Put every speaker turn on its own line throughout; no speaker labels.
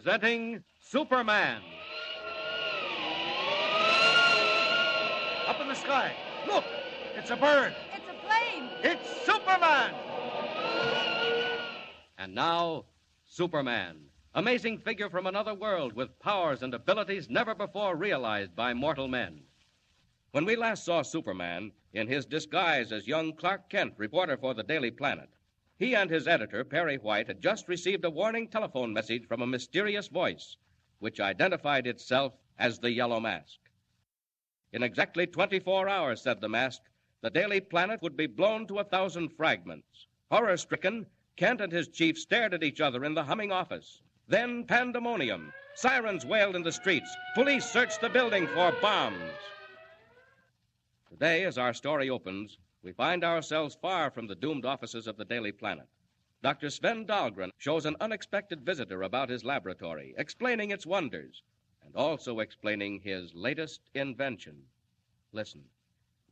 presenting Superman. Up in the sky, look, it's a bird.
It's a plane.
It's Superman! And now, Superman. Amazing figure from another world with powers and abilities never before realized by mortal men. When we last saw Superman, in his disguise as young Clark Kent, reporter for the Daily Planet, he and his editor, Perry White, had just received a warning telephone message from a mysterious voice, which identified itself as the Yellow Mask. In exactly 24 hours, said the mask, the Daily Planet would be blown to a thousand fragments. Horror stricken, Kent and his chief stared at each other in the humming office. Then pandemonium. Sirens wailed in the streets. Police searched the building for bombs. Today, as our story opens, we find ourselves far from the doomed offices of the Daily Planet. Dr. Sven Dahlgren shows an unexpected visitor about his laboratory, explaining its wonders, and also explaining his latest invention. Listen.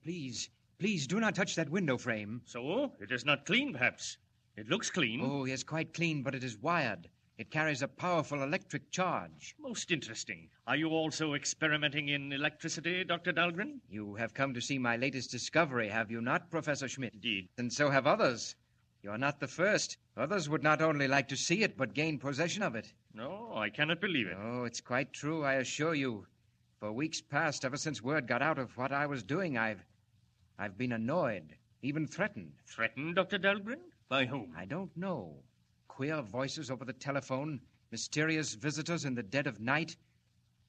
Please, please do not touch that window frame.
So? It is not clean, perhaps. It looks clean.
Oh, yes, quite clean, but it is wired. It carries a powerful electric charge.
Most interesting. Are you also experimenting in electricity, Dr. Dahlgren?
You have come to see my latest discovery, have you not, Professor Schmidt?
Indeed.
And so have others. You are not the first. Others would not only like to see it, but gain possession of it.
No, I cannot believe it.
Oh, it's quite true, I assure you. For weeks past, ever since word got out of what I was doing, I've. I've been annoyed, even threatened.
Threatened, Dr. Dahlgren? By whom?
I don't know. Queer voices over the telephone, mysterious visitors in the dead of night.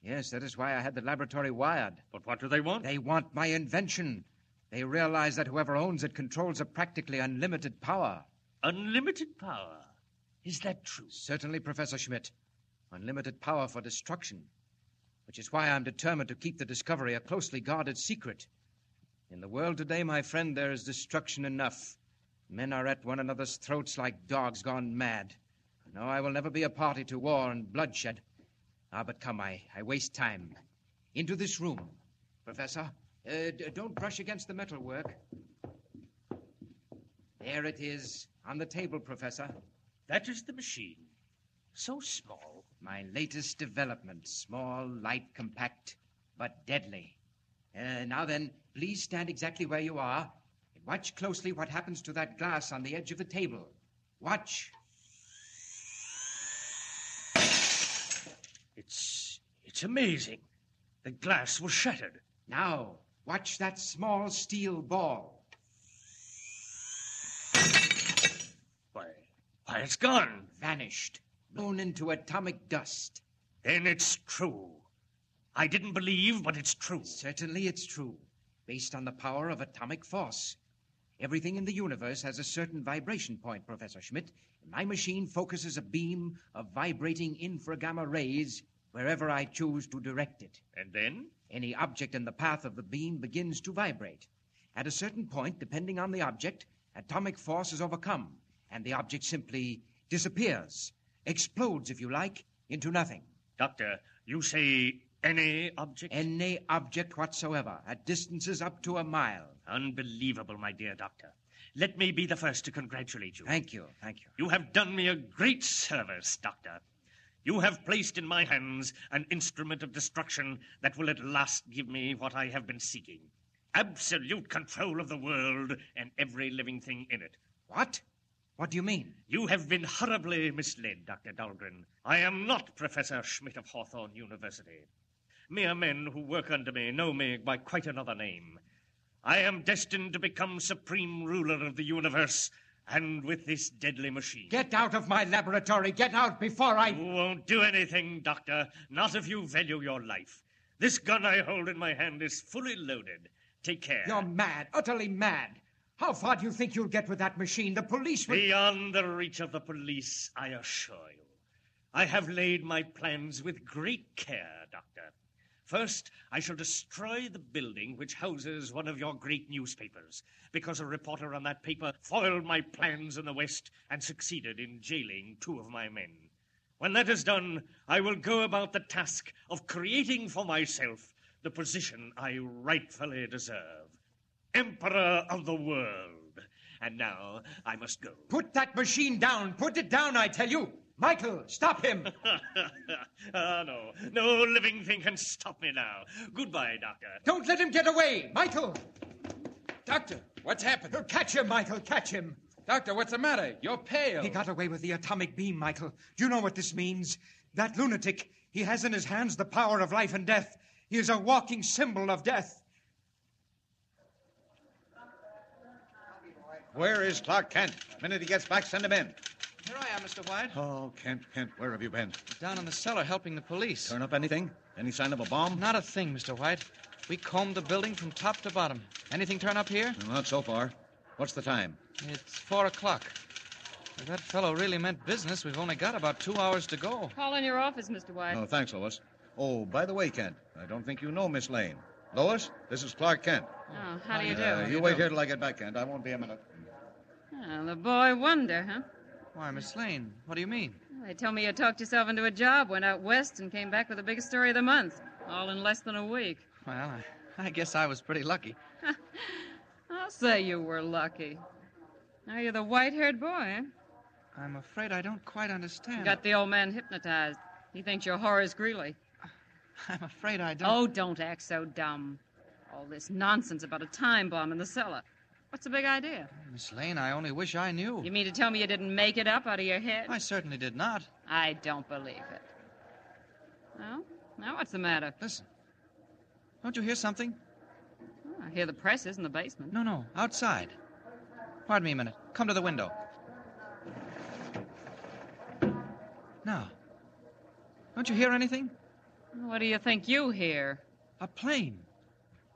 Yes, that is why I had the laboratory wired.
But what do they want?
They want my invention. They realize that whoever owns it controls a practically unlimited power.
Unlimited power. Is that true?
Certainly, Professor Schmidt. Unlimited power for destruction. Which is why I'm determined to keep the discovery a closely guarded secret. In the world today, my friend, there is destruction enough. Men are at one another's throats like dogs gone mad. No, I will never be a party to war and bloodshed. Ah, but come, I, I waste time. Into this room. Professor, uh, d- don't brush against the metalwork. There it is, on the table, Professor.
That is the machine. So small.
My latest development. Small, light, compact, but deadly. Uh, now then, please stand exactly where you are and watch closely what happens to that glass on the edge of the table. Watch.
It's. it's amazing. The glass was shattered.
Now, watch that small steel ball.
Why. why, it's gone.
Vanished, blown into atomic dust.
Then it's true. I didn't believe, but it's true.
Certainly it's true, based on the power of atomic force. Everything in the universe has a certain vibration point, Professor Schmidt. My machine focuses a beam of vibrating infragamma rays wherever I choose to direct it.
And then?
Any object in the path of the beam begins to vibrate. At a certain point, depending on the object, atomic force is overcome, and the object simply disappears, explodes, if you like, into nothing.
Doctor, you say any object?
Any object whatsoever, at distances up to a mile.
Unbelievable, my dear doctor. Let me be the first to congratulate you.
Thank you, thank you.
You have done me a great service, Doctor. You have placed in my hands an instrument of destruction that will at last give me what I have been seeking absolute control of the world and every living thing in it.
What? What do you mean?
You have been horribly misled, Dr. Dahlgren. I am not Professor Schmidt of Hawthorne University. Mere men who work under me know me by quite another name. I am destined to become supreme ruler of the universe, and with this deadly machine.
Get out of my laboratory! Get out before
You
I.
won't do anything, Doctor, not if you value your life. This gun I hold in my hand is fully loaded. Take care.
You're mad, utterly mad. How far do you think you'll get with that machine? The police will.
Beyond the reach of the police, I assure you. I have laid my plans with great care, Doctor. First, I shall destroy the building which houses one of your great newspapers, because a reporter on that paper foiled my plans in the West and succeeded in jailing two of my men. When that is done, I will go about the task of creating for myself the position I rightfully deserve Emperor of the world. And now I must go.
Put that machine down. Put it down, I tell you. Michael, stop him!
ah, no. No living thing can stop me now. Goodbye, Doctor.
Don't let him get away! Michael! Doctor, what's happened?
Catch him, Michael, catch him.
Doctor, what's the matter? You're pale.
He got away with the atomic beam, Michael. Do you know what this means? That lunatic, he has in his hands the power of life and death. He is a walking symbol of death.
Where is Clark Kent? The minute he gets back, send him in.
Here I am, Mr. White.
Oh, Kent, Kent, where have you been?
Down in the cellar helping the police.
Turn up anything? Any sign of a bomb?
Not a thing, Mr. White. We combed the building from top to bottom. Anything turn up here?
No, not so far. What's the time?
It's four o'clock. If that fellow really meant business, we've only got about two hours to go.
Call in your office, Mr. White.
Oh.
No, thanks, Lois. Oh, by the way, Kent, I don't think you know Miss Lane. Lois, this is Clark Kent.
Oh, how do you do?
Uh, you wait here till I get back, Kent. I won't be a minute.
Oh, the boy wonder, huh?
Why, Miss Lane, what do you mean?
They tell me you talked yourself into a job, went out west, and came back with the biggest story of the month, all in less than a week.
Well, I, I guess I was pretty lucky.
I'll say you were lucky. Now you're the white haired boy, eh?
I'm afraid I don't quite understand.
Got the old man hypnotized. He thinks you're Horace Greeley.
I'm afraid I don't.
Oh, don't act so dumb. All this nonsense about a time bomb in the cellar. What's the big idea?
Miss Lane, I only wish I knew.
You mean to tell me you didn't make it up out of your head?
I certainly did not.
I don't believe it. Well, now what's the matter?
Listen. Don't you hear something?
Oh, I hear the press is in the basement.
No, no, outside. Pardon me a minute. Come to the window. Now, don't you hear anything?
What do you think you hear?
A plane.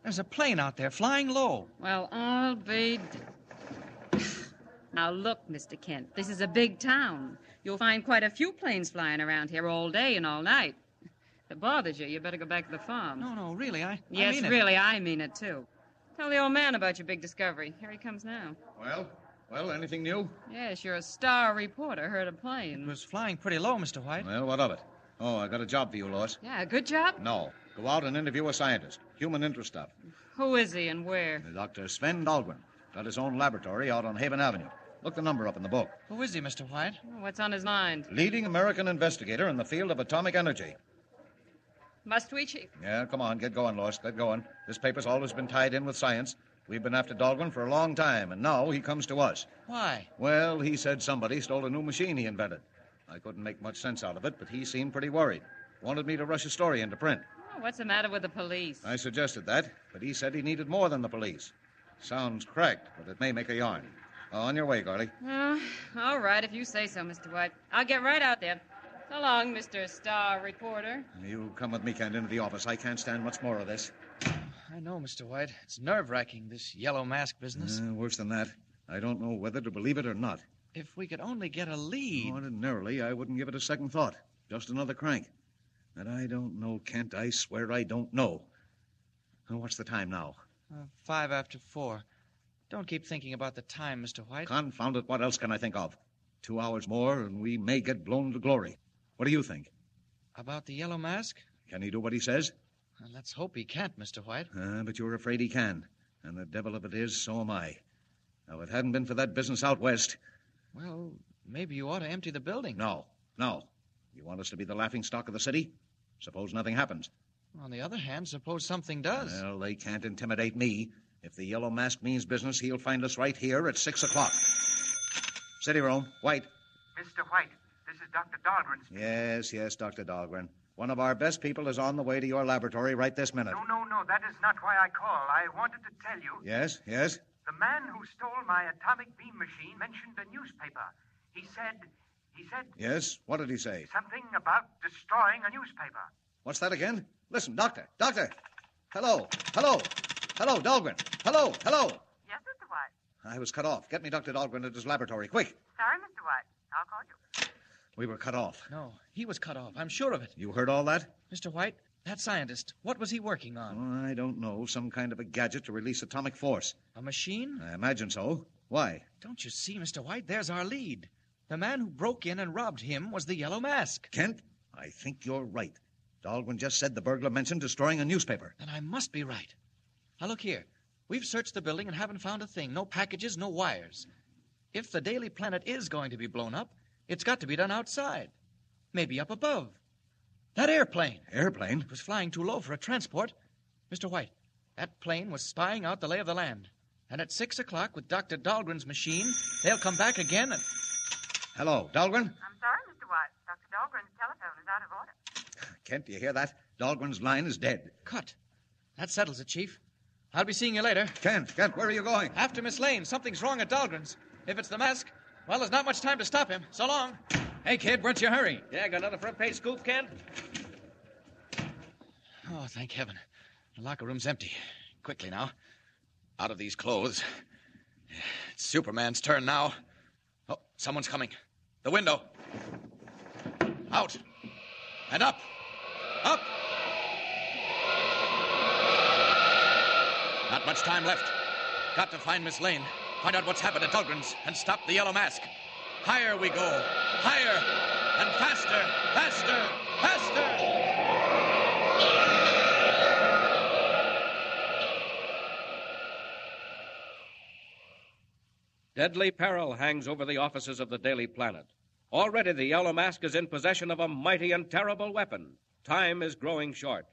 There's a plane out there flying low.
Well, I'll be. d- now, look, Mr. Kent, this is a big town. You'll find quite a few planes flying around here all day and all night. If it bothers you, you better go back to the farm.
No, no, really, I. I
yes,
mean it.
really, I mean it, too. Tell the old man about your big discovery. Here he comes now.
Well, well, anything new?
Yes, you're a star reporter. Heard a
It
plane.
was flying pretty low, Mr. White.
Well, what of it? Oh, I got a job for you, Lois.
Yeah, good job.
No. Go out and interview a scientist. Human interest stuff.
Who is he and where?
Dr. Sven Dahlgren. Got his own laboratory out on Haven Avenue. Look the number up in the book.
Who is he, Mr. White?
What's on his mind?
Leading American investigator in the field of atomic energy.
Must we, Chief?
Yeah, come on, get going, Lois. Get going. This paper's always been tied in with science. We've been after Dahlgren for a long time, and now he comes to us.
Why?
Well, he said somebody stole a new machine he invented. I couldn't make much sense out of it, but he seemed pretty worried. Wanted me to rush a story into print.
Oh, what's the matter with the police?
I suggested that, but he said he needed more than the police. Sounds cracked, but it may make a yarn. on your way, Garley.
Oh, all right, if you say so, Mr. White. I'll get right out there. So long, Mr. Star Reporter.
You come with me, Kent, into the office. I can't stand much more of this.
I know, Mr. White. It's nerve wracking, this yellow mask business.
Uh, worse than that. I don't know whether to believe it or not.
If we could only get a lead.
Ordinarily, I wouldn't give it a second thought. Just another crank. And I don't know, Kent. I swear I don't know. Uh, What's the time now?
Uh, five after four. Don't keep thinking about the time, Mr. White.
Confound it, what else can I think of? Two hours more, and we may get blown to glory. What do you think?
About the yellow mask?
Can he do what he says?
Uh, let's hope he can't, Mr. White.
Uh, but you're afraid he can. And the devil of it is, so am I. Now, if it hadn't been for that business out west.
Well, maybe you ought to empty the building.
No, no. You want us to be the laughing stock of the city? Suppose nothing happens.
On the other hand, suppose something does.
Well, they can't intimidate me. If the yellow mask means business, he'll find us right here at six o'clock. City room, White.
Mr. White, this is Dr. Dahlgren. speaking.
Yes, yes, Dr. Dahlgren. One of our best people is on the way to your laboratory right this minute.
No, no, no, that is not why I call. I wanted to tell you
Yes, yes.
the man who stole my atomic beam machine mentioned a newspaper. He said, he said
Yes, what did he say?
something about destroying a newspaper.
What's that again? Listen, doctor, doctor. Hello, hello, hello, Dahlgren. Hello, hello.
Yes, Mr. White.
I was cut off. Get me Dr. Dahlgren at his laboratory, quick.
Sorry, Mr. White. I'll call you.
We were cut off.
No, he was cut off. I'm sure of it.
You heard all that?
Mr. White, that scientist, what was he working on?
Oh, I don't know. Some kind of a gadget to release atomic force.
A machine?
I imagine so. Why?
Don't you see, Mr. White? There's our lead. The man who broke in and robbed him was the yellow mask.
Kent, I think you're right. Dahlgren just said the burglar mentioned destroying a newspaper.
Then I must be right. Now, look here. We've searched the building and haven't found a thing no packages, no wires. If the Daily Planet is going to be blown up, It's got to be done outside. Maybe up above. That airplane.
Airplane?
It was flying too low for a transport. Mr. White, that plane was spying out the lay of the land. And at six o'clock, with Dr. Dahlgren's machine, they'll come back again and.
Hello, Dahlgren?
I'm sorry, Mr. White. Dr. Dahlgren's telephone is out of order.
Kent, do you hear that? Dahlgren's line is dead.
Cut. That settles it, Chief. I'll be seeing you later.
Kent, Kent, where are you going?
After Miss Lane, something's wrong at Dahlgren's. If it's the mask, well, there's not much time to stop him. So long.
Hey, kid, what's your hurry?
Yeah, got another front page scoop, Kent?
Oh, thank heaven. The locker room's empty. Quickly now. Out of these clothes. It's Superman's turn now. Oh, someone's coming. The window. Out. And up. Up. Not much time left. Got to find Miss Lane. Find out what's happened at Dahlgren's and stop the yellow mask. Higher we go. Higher. And faster. Faster. Faster.
Deadly peril hangs over the offices of the Daily Planet. Already the Yellow Mask is in possession of a mighty and terrible weapon. Time is growing short.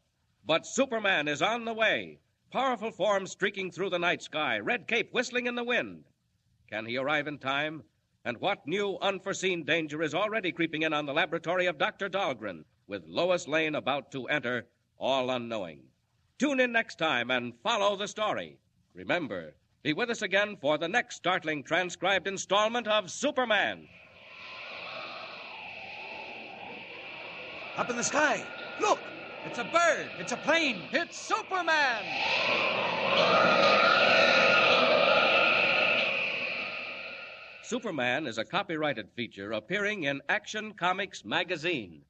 But Superman is on the way. Powerful form streaking through the night sky, red cape whistling in the wind. Can he arrive in time? And what new unforeseen danger is already creeping in on the laboratory of Dr. Dahlgren, with Lois Lane about to enter, all unknowing? Tune in next time and follow the story. Remember, be with us again for the next startling transcribed installment of Superman.
Up in the sky. Look!
It's a bird.
It's a plane.
It's Superman.
Superman is a copyrighted feature appearing in Action Comics magazine.